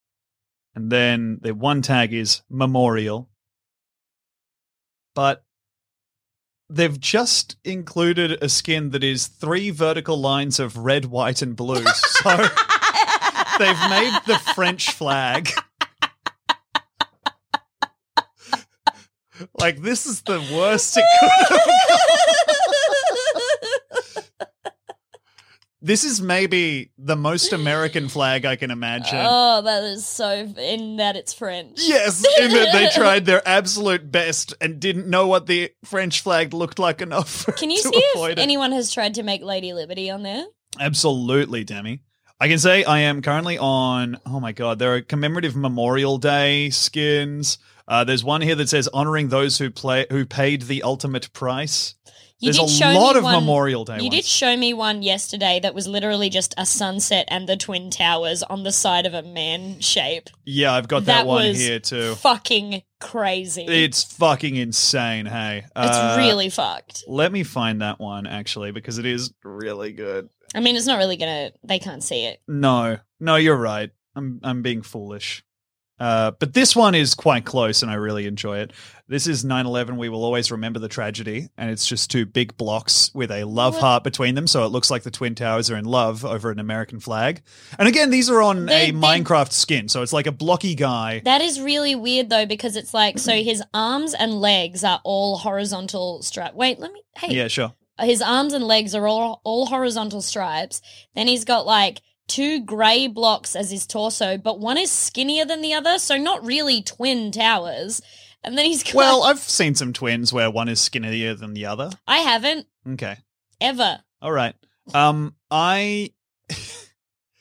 S1: And then the one tag is memorial. But they've just included a skin that is three vertical lines of red, white, and blue. So they've made the French flag. like, this is the worst it could have This is maybe the most American flag I can imagine.
S2: oh, that is so in that it's French.
S1: Yes, in that they tried their absolute best and didn't know what the French flag looked like enough.
S2: Can you
S1: to
S2: see if
S1: avoid it.
S2: anyone has tried to make Lady Liberty on there?
S1: Absolutely, Demi. I can say I am currently on. Oh my god, there are commemorative Memorial Day skins. Uh, there's one here that says honoring those who play who paid the ultimate price.
S2: You
S1: there's
S2: did
S1: a
S2: show
S1: lot
S2: me
S1: of
S2: one,
S1: Memorial Day.
S2: You did
S1: ones.
S2: show me one yesterday that was literally just a sunset and the twin towers on the side of a man shape.
S1: yeah, I've got that,
S2: That
S1: one
S2: was
S1: here too.
S2: Fucking crazy.
S1: it's fucking insane. Hey,
S2: It's
S1: Uh,
S2: really fucked.
S1: Let me find that one actually because it is really good.
S2: I mean, it's not really gonna. They can't see it.
S1: No, no, you're right. I'm I'm being foolish. Uh, but this one is quite close, and I really enjoy it. This is 9/11. We will always remember the tragedy, and it's just two big blocks with a love
S2: What?
S1: heart between them, so it looks like the twin towers are in love over an American flag. And again, these are on
S2: They-
S1: a
S2: they-
S1: Minecraft skin, so it's like a blocky guy.
S2: That is really weird though, because it's like so his arms and legs are all horizontal stripe. Wait, let me. Hey,
S1: Yeah, sure.
S2: his arms and legs are all all horizontal stripes. Then he's got like two grey blocks as his torso, but one is skinnier than the other, so not really twin towers. And then he's got,
S1: Well, I've seen some twins where one is skinnier than the other.
S2: I haven't
S1: Okay,
S2: ever.
S1: all right. Um, I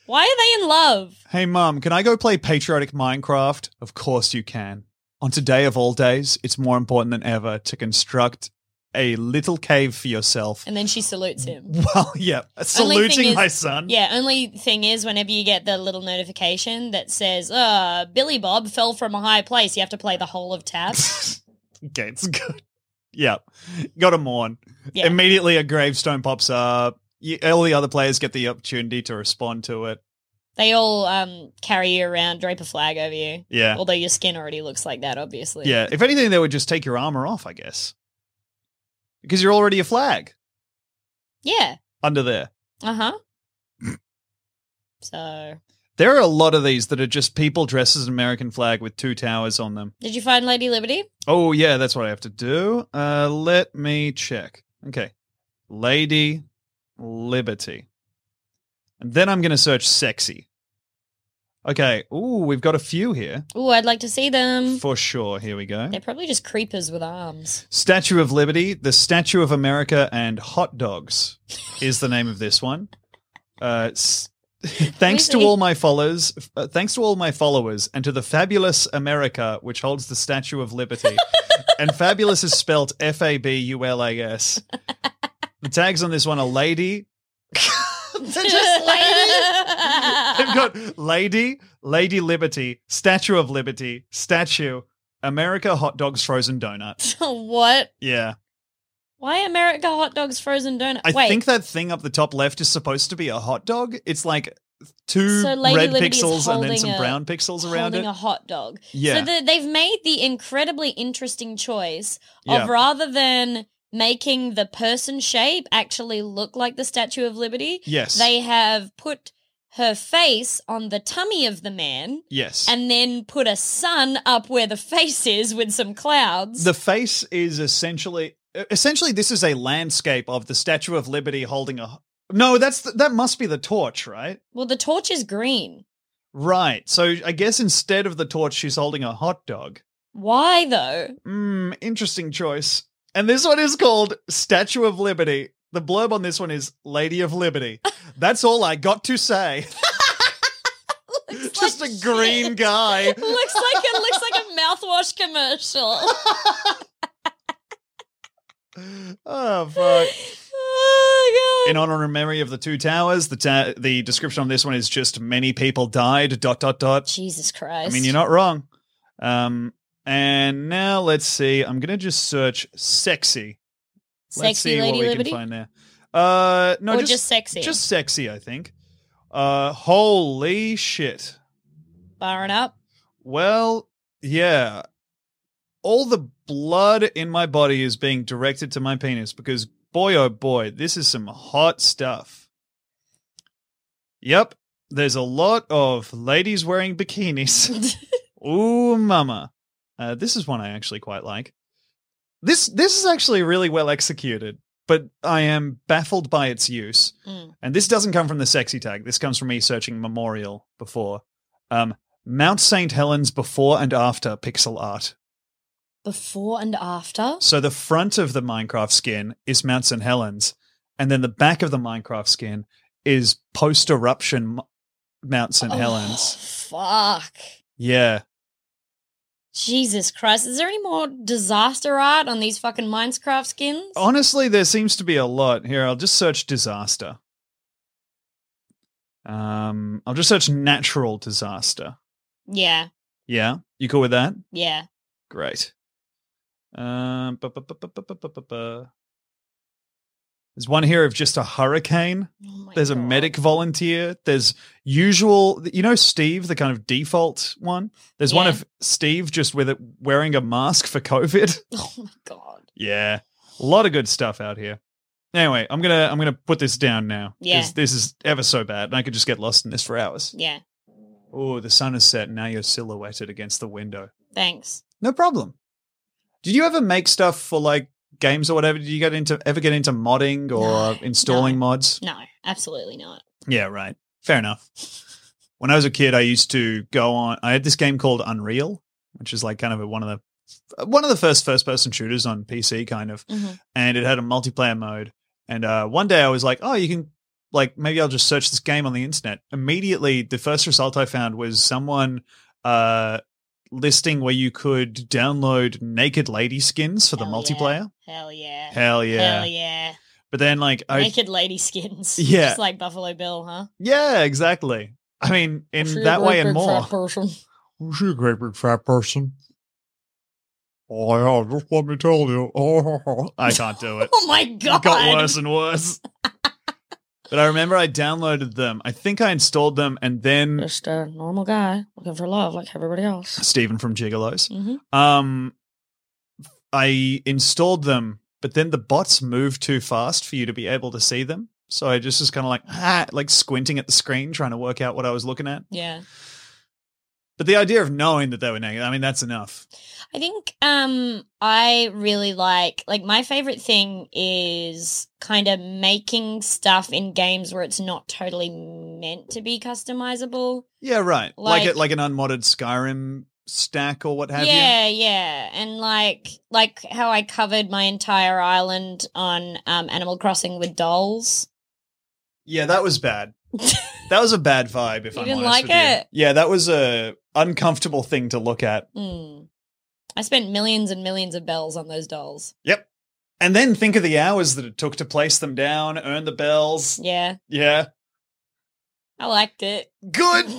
S2: Why are they in love?
S1: Hey, Mum, can I go play patriotic Minecraft? Of course you can. On today of all days, it's more important than ever to construct a little cave for yourself.
S2: And then she salutes him.
S1: Well, yeah, saluting
S2: is-
S1: my son.
S2: Yeah, only thing is whenever you get the little notification that says, uh, Billy Bob fell from a high place, you have to play the whole of tap.
S1: okay, it's good. Yeah, got to mourn.
S2: Yeah.
S1: Immediately, a gravestone pops up. You, all the other players get the opportunity to respond to it.
S2: they all um, carry you around, drape a flag over you.
S1: Yeah,
S2: Although your skin already looks like that, obviously.
S1: yeah. If anything, they would just take your armor off, I guess, because you're already a flag
S2: Yeah.
S1: under there.
S2: Uh huh. so,
S1: There are a lot of these that are just people dressed as an American flag with two towers on them.
S2: did you find Lady Liberty?
S1: Oh yeah, that's what I have to do. Uh, let me check. Okay, Lady Liberty, and then I'm going to search sexy. Okay. Ooh, we've got a few here
S2: Ooh, I'd like to see them.
S1: for sure. Here we go.
S2: They're probably just creepers with arms.
S1: Statue of Liberty, the Statue of America, and hot dogs is the name of this one. Uh, s- thanks to
S2: Really?
S1: all my followers, uh, thanks to all my followers, and to the fabulous America, which holds the Statue of Liberty. and fabulous is spelt F A B U L A S. The tags on this one are lady. They're just lady. They've got lady, lady liberty, statue of liberty, statue, America hot dogs, frozen donut.
S2: what?
S1: Yeah.
S2: Why America hot dogs, frozen donut?
S1: I
S2: Wait,
S1: think that thing up the top left is supposed to be a hot dog. It's like two
S2: So Lady
S1: red
S2: Liberty is
S1: pixels and then
S2: holding
S1: some
S2: a-
S1: brown pixels around
S2: holding
S1: it.
S2: a hot dog.
S1: yeah.
S2: So the, they've made the incredibly interesting choice
S1: yeah.
S2: of rather than making the person shape actually look like the Statue of Liberty,
S1: yes.
S2: they have put her face on the tummy of the man
S1: yes.
S2: and then put a sun up where the face is with some clouds.
S1: the face is essentially e-, essentially this is a landscape of the Statue of Liberty holding a No, that's the, that must be the torch, right?
S2: well, the torch is green.
S1: Right. So I guess instead of the torch she's holding a hot dog.
S2: Why though?
S1: Mmm, interesting choice. And this one is called Statue of Liberty. The blurb on this one is Lady of Liberty. That's all I got to say.
S2: Looks
S1: Just
S2: like
S1: a green
S2: shit.
S1: guy.
S2: looks like it looks like a mouthwash commercial.
S1: Oh fuck.
S2: oh god.
S1: In honor and memory of the two towers, the ta- the description on this one is just many people died. Dot dot dot.
S2: Jesus
S1: I
S2: Christ.
S1: mean, you're not wrong. Um, and now let's see. I'm gonna just search sexy.
S2: sexy
S1: let's see
S2: lady
S1: what we
S2: liberty
S1: can find there. Uh, no,
S2: or
S1: just,
S2: just, sexy.
S1: just sexy. I think. Uh, holy shit.
S2: barring up.
S1: Well, yeah. All the blood in my body is being directed to my penis because boy oh boy, this is some hot stuff. Yep, there's a lot of ladies wearing bikinis. Ooh, mama. Uh, this is one I actually quite like. This this is actually really well executed, but I am baffled by its use.
S2: Mm.
S1: And this doesn't come from the sexy tag. This comes from me searching memorial before. Um, Mount St. Helens before and after pixel art.
S2: Before and after?
S1: So the front of the Minecraft skin is Mount St. Helens, and then the back of the Minecraft skin is post eruption Mount St.
S2: Oh,
S1: Helens.
S2: Fuck.
S1: Yeah.
S2: Jesus Christ. Is there any more disaster art on these fucking Minecraft skins?
S1: Honestly, there seems to be a lot. Here, I'll just search disaster. Um, I'll just search natural disaster.
S2: Yeah.
S1: Yeah. You cool with that?
S2: Yeah.
S1: Great. Um, bu- bu- bu- bu- bu- bu- bu- bu- bu. There's one here of just a hurricane.
S2: Oh my
S1: There's a
S2: God.
S1: medic volunteer. There's usual, you know, Steve, the kind of default one. There's one
S2: Yeah.
S1: of Steve just with it wearing a mask for COVID.
S2: Oh my God.
S1: Yeah, a lot of good stuff out here. Anyway, I'm gonna I'm gonna put this down now. 'cause
S2: Yeah.
S1: this is ever so bad, and I could just get lost in this for hours.
S2: Yeah.
S1: Oh, the sun has set. Now you're silhouetted against the window.
S2: Thanks.
S1: No problem. Did you ever make stuff for like games or whatever? Did you get into ever get into modding or
S2: No,
S1: installing
S2: no.
S1: mods?
S2: No, absolutely not.
S1: Yeah, right. Fair enough. When I was a kid, I used to go on. I had this game called Unreal, which is like kind of a, one of the uh, one of the first first person shooters on PC, kind of,
S2: Mhm.
S1: and it had a multiplayer mode. And uh, one day I was like, oh, you can like maybe I'll just search this game on the internet. Immediately, the first result I found was someone uh, listing where you could download naked lady skins for the
S2: Hell yeah.
S1: multiplayer.
S2: Hell yeah.
S1: Hell yeah!
S2: Hell yeah.
S1: But then like I
S2: Naked lady skins.
S1: Yeah.
S2: Just like Buffalo Bill, huh?
S1: yeah exactly. I mean, in
S2: She a
S1: that
S2: great
S1: way and
S2: big
S1: more.
S2: fat person.
S4: Is she a great big fat person? Oh, yeah, just let me tell you. Oh,
S1: I can't do it.
S2: Oh my
S1: It
S2: god.
S1: got worse and worse. but I remember I downloaded them. I think I installed them, and then
S2: Just a normal guy looking for love like everybody else.
S1: Stephen from Gigolos.
S2: hmm
S1: Um, I installed them, but then the bots moved too fast for you to be able to see them. So I just was kind of like, ah, like squinting at the screen, trying to work out what I was looking at.
S2: Yeah.
S1: But the idea of knowing that they were naked, I mean, that's enough.
S2: I think um I really like like my favorite thing is kind of making stuff in games where it's not totally meant to be customizable.
S1: Yeah, right. Like
S2: Like-
S1: it, like an unmodded Skyrim stack or what have you.
S2: yeah, yeah. And like like how I covered my entire island on um Animal Crossing with dolls.
S1: Yeah, that was bad. that was a bad vibe. If
S2: You
S1: I'm
S2: didn't
S1: honest
S2: like
S1: with you.
S2: it?
S1: yeah, that was a uncomfortable thing to look at.
S2: Mm. I spent millions and millions of bells on those dolls.
S1: Yep. And then think of the hours that it took to place them down, earn the bells.
S2: Yeah,
S1: Yeah,
S2: I liked it.
S1: good.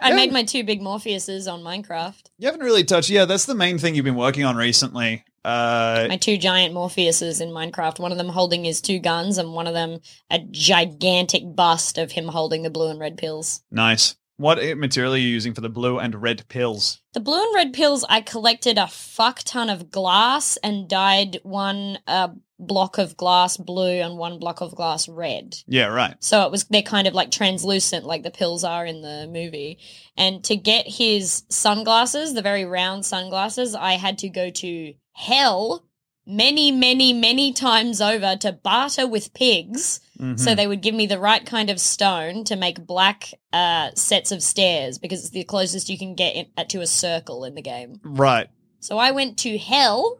S2: I
S1: Yeah.
S2: made my two big Morpheuses on Minecraft.
S1: You haven't really touched. Yeah, that's the main thing you've been working on recently. Uh,
S2: My two giant Morpheuses in Minecraft, one of them holding his two guns, and one of them a gigantic bust of him holding the blue and red pills.
S1: nice. What i- material are you using for the blue and red pills?
S2: The blue and red pills, I collected a fuck ton of glass and dyed one uh, block of glass blue and one block of glass red.
S1: Yeah, right.
S2: So it was they're kind of like translucent, like the pills are in the movie. And to get his sunglasses, the very round sunglasses, I had to go to hell many, many, many times over to barter with pigs.
S1: Mhm.
S2: So they would give me the right kind of stone to make black uh, sets of stairs because it's the closest you can get in, uh, to a circle in the game.
S1: right.
S2: So I went to hell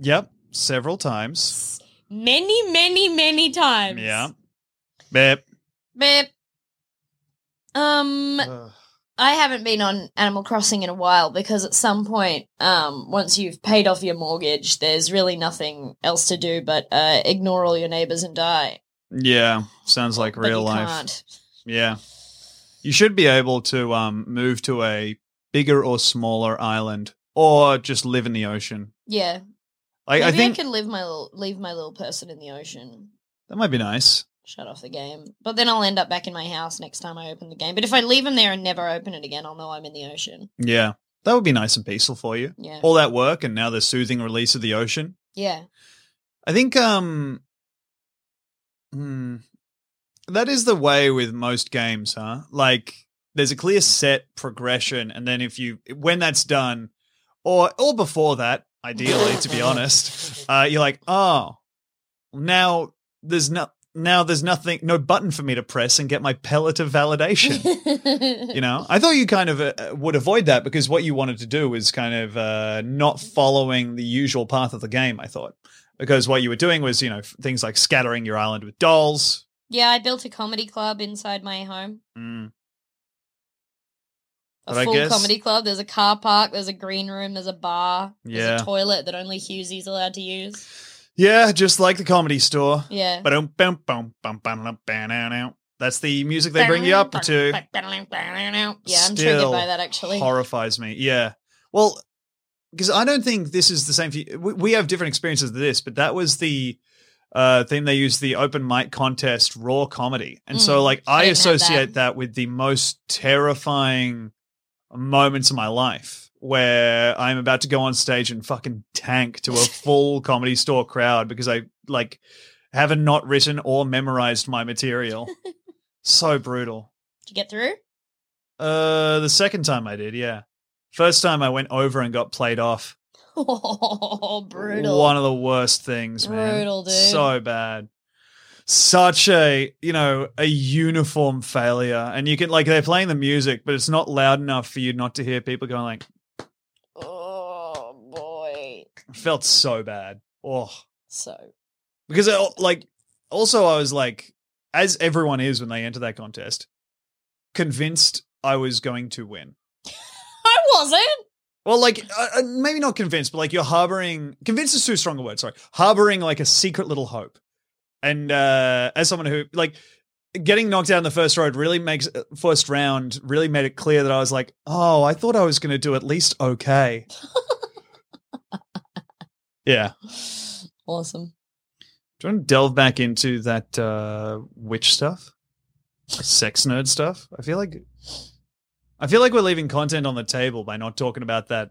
S1: Yep. Several times.
S2: many, many, many times.
S1: Yeah. Yep.
S2: Beep. Um, I haven't been on Animal Crossing in a while because at some point, um, once you've paid off your mortgage, there's really nothing else to do but uh, ignore all your neighbors and die.
S1: Yeah. Sounds like
S2: But
S1: real
S2: you
S1: life.
S2: can't.
S1: Yeah. You should be able to um, move to a bigger or smaller island or just live in the ocean.
S2: Yeah,
S1: Like, I
S2: maybe I,
S1: think
S2: can leave my little, leave my little person in the ocean.
S1: that might be nice.
S2: shut off the game. But then I'll end up back in my house next time I open the game. But if I leave them there and never open it again, I'll know I'm in the ocean.
S1: Yeah. That would be nice and peaceful for you.
S2: Yeah.
S1: All that work and now the soothing release of the ocean.
S2: Yeah.
S1: I think um hmm, that is the way with most games, huh? Like there's a clear set progression and then if you when that's done or or before that, ideally to be honest, uh you're like, "Oh, now there's no now there's nothing no button for me to press and get my pellet of validation." you know i thought you kind of uh, would avoid that because what you wanted to do was kind of uh, not following the usual path of the game i thought because what you were doing was you know f- things like scattering your island with dolls
S2: yeah, I built a comedy club inside my home.
S1: Mm.
S2: A
S1: But I
S2: full
S1: guess-
S2: comedy club. There's a car park. There's a green room. There's a bar. There's
S1: Yeah.
S2: a toilet that only Hughesy's allowed to use.
S1: yeah just like the comedy store
S2: Yeah.
S1: Ba-dum, bum, bum, bum, bum, bum, bum, bum, bum. that's the music they bring you up to
S2: Yeah, I'm triggered
S1: Still
S2: by that actually.
S1: horrifies me yeah well because i don't think this is the same for you we, we have different experiences of this but that was the uh, thing they used the open mic contest raw comedy and so
S2: Mm.
S1: like
S2: I
S1: i,
S2: didn't have that.
S1: associate that. with the most terrifying moments of my life where i'm about to go on stage and fucking tank to a full comedy store crowd because i like haven't not written or memorized my material so brutal
S2: Did you get through?
S1: uh, the second time I did, yeah. First time I went over and got played off.
S2: Oh, brutal.
S1: One of the worst things, man.
S2: Brutal, dude.
S1: So bad. Such a you know a uniform failure, and you can like they're playing the music, but it's not loud enough for you not to hear people going like.
S2: Oh boy.
S1: Felt so bad. Oh,
S2: So
S1: because I, like also I was like, as everyone is when they enter that contest, convinced I was going to win.
S2: I wasn't.
S1: Well, like uh, uh, maybe not convinced, but like you're harboring convinced is too strong a word. Sorry, harboring like a secret little hope. And uh, as someone who like getting knocked out in the first round really makes uh, first round really made it clear that I was like, oh, I thought I was going to do at least okay. yeah.
S2: Awesome.
S1: Do you want to delve back into that uh, witch stuff, sex nerd stuff? I feel like I feel like we're leaving content on the table by not talking about that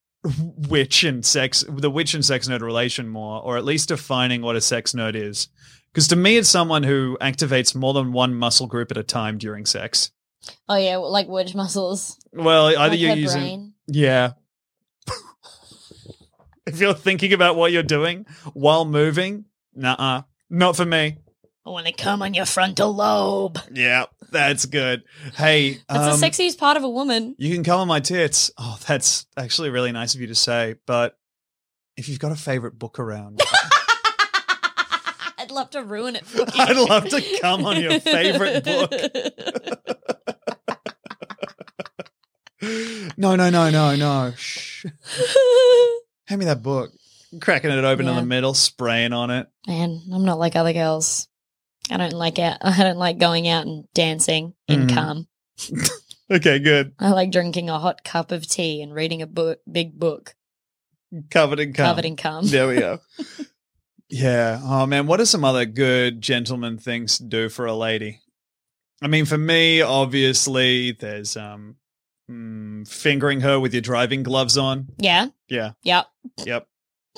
S1: witch and sex, the witch and sex nerd relation more, or at least defining what a sex nerd is. Because to me, it's someone who activates more than one muscle group at a time during sex.
S2: Oh yeah, well, like wedge muscles.
S1: Well, either
S2: like
S1: you're
S2: her
S1: using,
S2: brain.
S1: yeah. if you're thinking about what you're doing while moving, nah, not for me.
S2: I want to come on your frontal lobe.
S1: Yeah, that's good. Hey, um,
S2: That's the sexiest part of a woman.
S1: you can come on my tits. Oh, that's actually really nice of you to say, but if you've got a favorite book around,
S2: I'd love to ruin it for you.
S1: I'd love to come on your favorite book. no, no, no, no, no. Shh. Hand me that book. Cracking it open in
S2: Yeah.
S1: the middle, spraying on it.
S2: Man, I'm not like other girls. I don't like out. I don't like going out and dancing in
S1: Mhm.
S2: calm.
S1: Okay, good.
S2: I like drinking a hot cup of tea and reading a book, big book
S1: Covered in cum.
S2: covered in calm.
S1: There we go. yeah. Oh man, what are some other good gentleman things to do for a lady? I mean, for me, obviously, there's um mm, fingering her with your driving gloves on.
S2: Yeah.
S1: Yeah.
S2: Yep.
S1: Yep.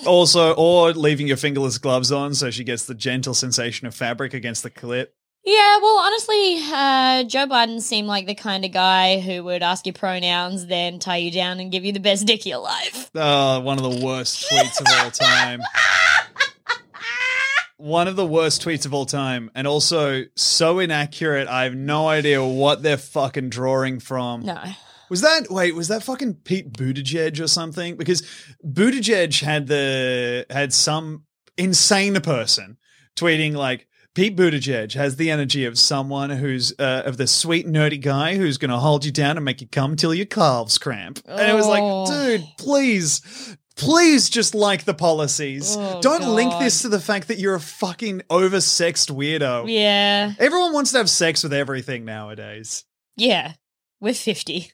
S1: Also, or leaving your fingerless gloves on so she gets the gentle sensation of fabric against the clit.
S2: Yeah, well, honestly, uh, Joe Biden seemed like the kind of guy who would ask your pronouns, then tie you down and give you the best dick of your life.
S1: Oh, one of the worst tweets of all time. One of the worst tweets of all time, and also so inaccurate. I have no idea what they're fucking drawing from.
S2: No.
S1: Was that wait? Was that fucking Pete Buttigieg or something? Because Buttigieg had the had some insane person tweeting like Pete Buttigieg has the energy of someone who's uh, of the sweet nerdy guy who's going to hold you down and make you come till your calves cramp. And it was
S2: Oh.
S1: like, dude, please. Please just like the policies.
S2: Oh,
S1: Don't link
S2: God.
S1: this to the fact that you're a fucking oversexed weirdo.
S2: Yeah.
S1: Everyone wants to have sex with everything nowadays.
S2: Yeah. We're 50.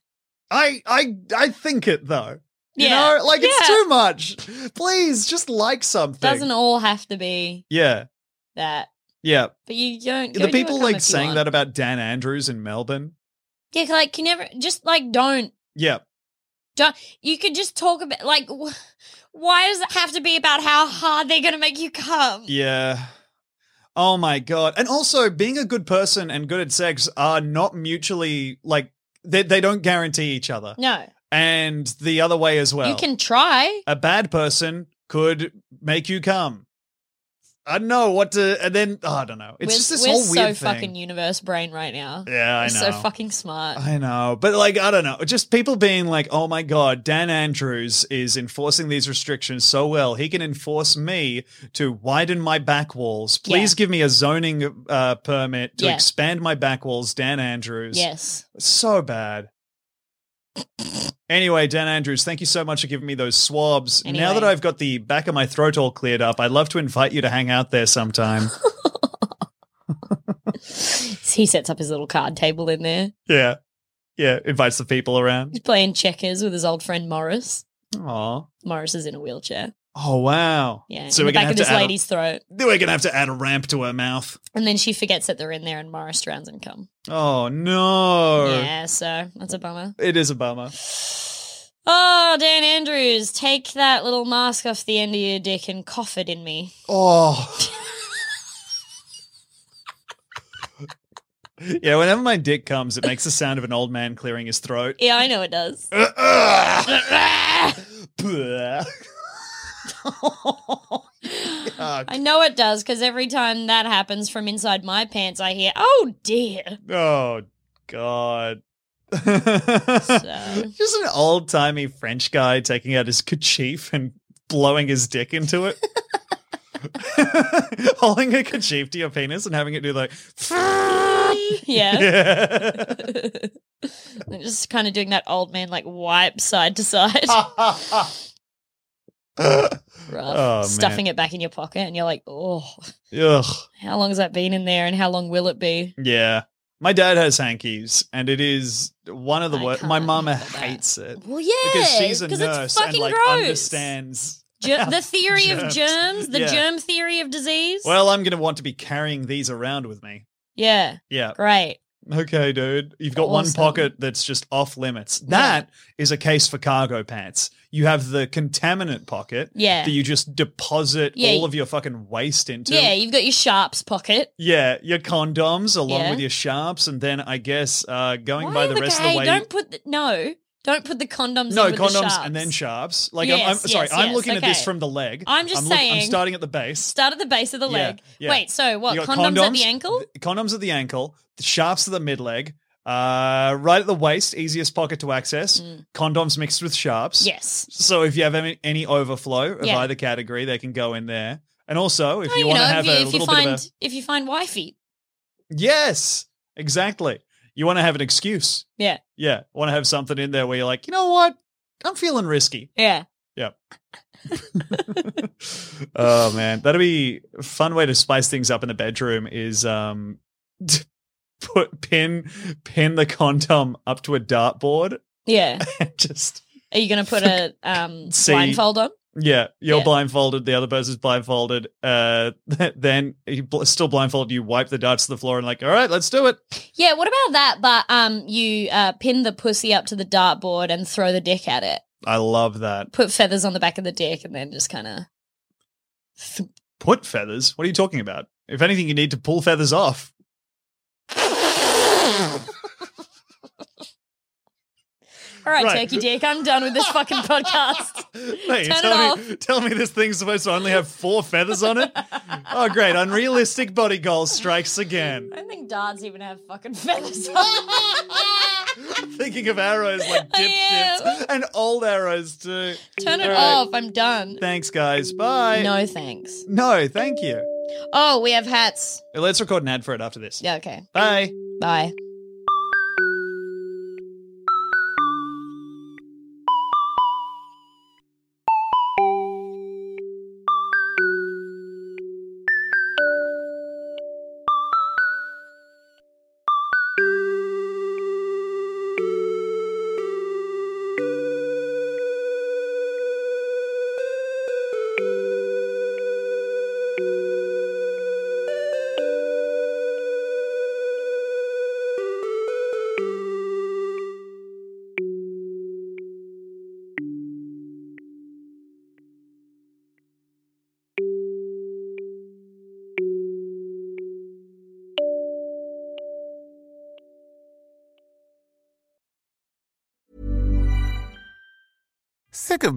S1: I I I think it though. You
S2: Yeah.
S1: know, like
S2: Yeah.
S1: it's too much. Please just like something.
S2: Doesn't all have to be
S1: yeah.
S2: that.
S1: Yeah.
S2: But you don't. go
S1: the
S2: to a
S1: people
S2: club
S1: like
S2: if you
S1: saying
S2: want.
S1: that about Dan Andrews in Melbourne.
S2: Yeah, like you never just like don't.
S1: Yeah.
S2: You could just talk about like wh- why does it have to be about how hard they're gonna make you come?
S1: Yeah. Oh my god. And also being a good person and good at sex are not mutually like they they don't guarantee each other.
S2: No,
S1: And the other way as well.
S2: you can try.
S1: a bad person could make you come. I don't know what to and then oh, I don't know. It's
S2: we're
S1: just this
S2: we're
S1: whole
S2: so
S1: weird thing.
S2: fucking universe brain right now.
S1: yeah, I know.
S2: We're so fucking smart.
S1: I know, but like I don't know, just people being like, "Oh my god, Dan Andrews is enforcing these restrictions so well. He can enforce me to widen my back walls. Please
S2: Yeah.
S1: give me a zoning uh, permit to
S2: Yeah.
S1: expand my back walls, Dan Andrews."
S2: yes.
S1: so bad. Anyway, Dan Andrews, thank you so much for giving me those swabs. Now
S2: Anyway.
S1: that I've got the back of my throat all cleared up, I'd love to invite you to hang out there sometime.
S2: He sets up his little card table in there.
S1: yeah. Yeah, invites the people around.
S2: He's playing checkers with his old friend Morris.
S1: Aw.
S2: Morris is in a wheelchair.
S1: Oh wow!
S2: Yeah.
S1: So
S2: in
S1: we're
S2: the
S1: gonna
S2: back
S1: have
S2: of
S1: to
S2: this
S1: add a-
S2: lady's throat.
S1: then we're gonna have to add a ramp to her mouth.
S2: And then she forgets that they're in there and Morris drowns and cum.
S1: Oh no!
S2: Yeah, so that's a bummer.
S1: It is a bummer.
S2: Oh, Dan Andrews, take that little mask off the end of your dick and cough it in me.
S1: Oh. yeah. Whenever my dick comes, it makes the sound of an old man clearing his throat.
S2: Yeah, I know it does.
S1: Yuck.
S2: I know it does because every time that happens from inside my pants, I hear, oh dear.
S1: oh God.
S2: So.
S1: Just an old timey French guy taking out his kerchief and blowing his dick into it. Holding a kerchief to your penis and having it do like.
S2: Yeah.
S1: Yeah.
S2: And Just kind of doing that old man like wipe side to side.
S1: Oh,
S2: Rough.
S1: Oh, man.
S2: Stuffing it back in your pocket, and you're like, oh,
S1: Ugh.
S2: how long's that been in there and how long will it be?
S1: Yeah. My dad has hankies, and it is one of the
S2: I
S1: worst.
S2: can't
S1: My mama
S2: handle that.
S1: hates it.
S2: Well, yeah,
S1: because she's a
S2: 'cause
S1: nurse
S2: it's
S1: and
S2: fucking
S1: like
S2: gross.
S1: understands.
S2: Ger- the theory of
S1: Germs.
S2: germs, the
S1: Yeah.
S2: germ theory of disease.
S1: Well, I'm going to want to be carrying these around with me.
S2: yeah,
S1: Yeah.
S2: great.
S1: Okay, dude. You've got one
S2: Awesome.
S1: pocket that's just off limits.
S2: Yeah.
S1: That is a case for cargo pants. You have the contaminant pocket
S2: Yeah,
S1: that you just deposit
S2: Yeah,
S1: all
S2: you-
S1: of your fucking waste into.
S2: yeah. You've got your sharps pocket.
S1: Yeah, your condoms along
S2: Yeah.
S1: with your sharps, and then I guess uh, going
S2: Why
S1: by the
S2: the
S1: rest
S2: gay-
S1: of the way.
S2: Don't put the, no, don't put the condoms.
S1: no
S2: in with the
S1: condoms
S2: sharps.
S1: and then sharps. Like I'm,
S2: Yes,
S1: I'm sorry,
S2: yes,
S1: I'm
S2: yes,
S1: looking at this
S2: okay.
S1: from the leg.
S2: I'm just
S1: look- I'm
S2: saying-
S1: starting at the base.
S2: Start at the base of the
S1: Yeah,
S2: leg.
S1: yeah.
S2: Wait, so what?
S1: You got
S2: Condoms, at the ankle?
S1: th- Condoms at the ankle. The shafts at the mid leg. Uh, right at the waist, easiest pocket to access.
S2: Mm.
S1: Condoms mixed with sharps.
S2: Yes.
S1: So if you have any, any overflow of
S2: Yeah.
S1: either category, they can go in there. And also, if
S2: Oh,
S1: you, want to
S2: know,
S1: have
S2: if
S1: a
S2: you, if you
S1: little
S2: find
S1: bit of a
S2: if you find wifey,
S1: yes, exactly. You want to have an excuse.
S2: Yeah.
S1: Yeah. Want to have something in there where you're like, you know what? I'm feeling risky.
S2: yeah,
S1: oh man, that'd be a fun way to spice things up in the bedroom. Is um, put pin pin the condom up to a dartboard
S2: yeah.
S1: and just
S2: Are you going to put a um,
S1: See.
S2: blindfold on?
S1: yeah, you're
S2: Yeah.
S1: blindfolded. The other person's blindfolded. Uh, then you bl- still blindfolded. You wipe the darts to the floor and like, all right, let's do it.
S2: Yeah. What about that? But um, you uh, pin the pussy up to the dartboard and throw the dick at it.
S1: I love that.
S2: Put feathers on the back of the dick and then just kind of.
S1: Put feathers. What are you talking about? If anything, you need to pull feathers off.
S2: All right,
S1: Right.
S2: turkey dick. I'm done with this fucking podcast.
S1: Hey,
S2: Turn it
S1: tell me, tell me this thing's supposed to only have four feathers on it. Oh, great! Unrealistic body goal strikes again.
S2: I don't think darts even have fucking feathers on.
S1: Thinking of arrows like
S2: I
S1: dipshits
S2: am.
S1: and old arrows too.
S2: Turn it
S1: All right.
S2: off. I'm done.
S1: Thanks, guys. Bye.
S2: No thanks.
S1: no, thank you.
S2: Oh, we have hats.
S1: Let's record an ad for it after this.
S2: Yeah, okay.
S1: Bye.
S2: Bye.
S5: Sick of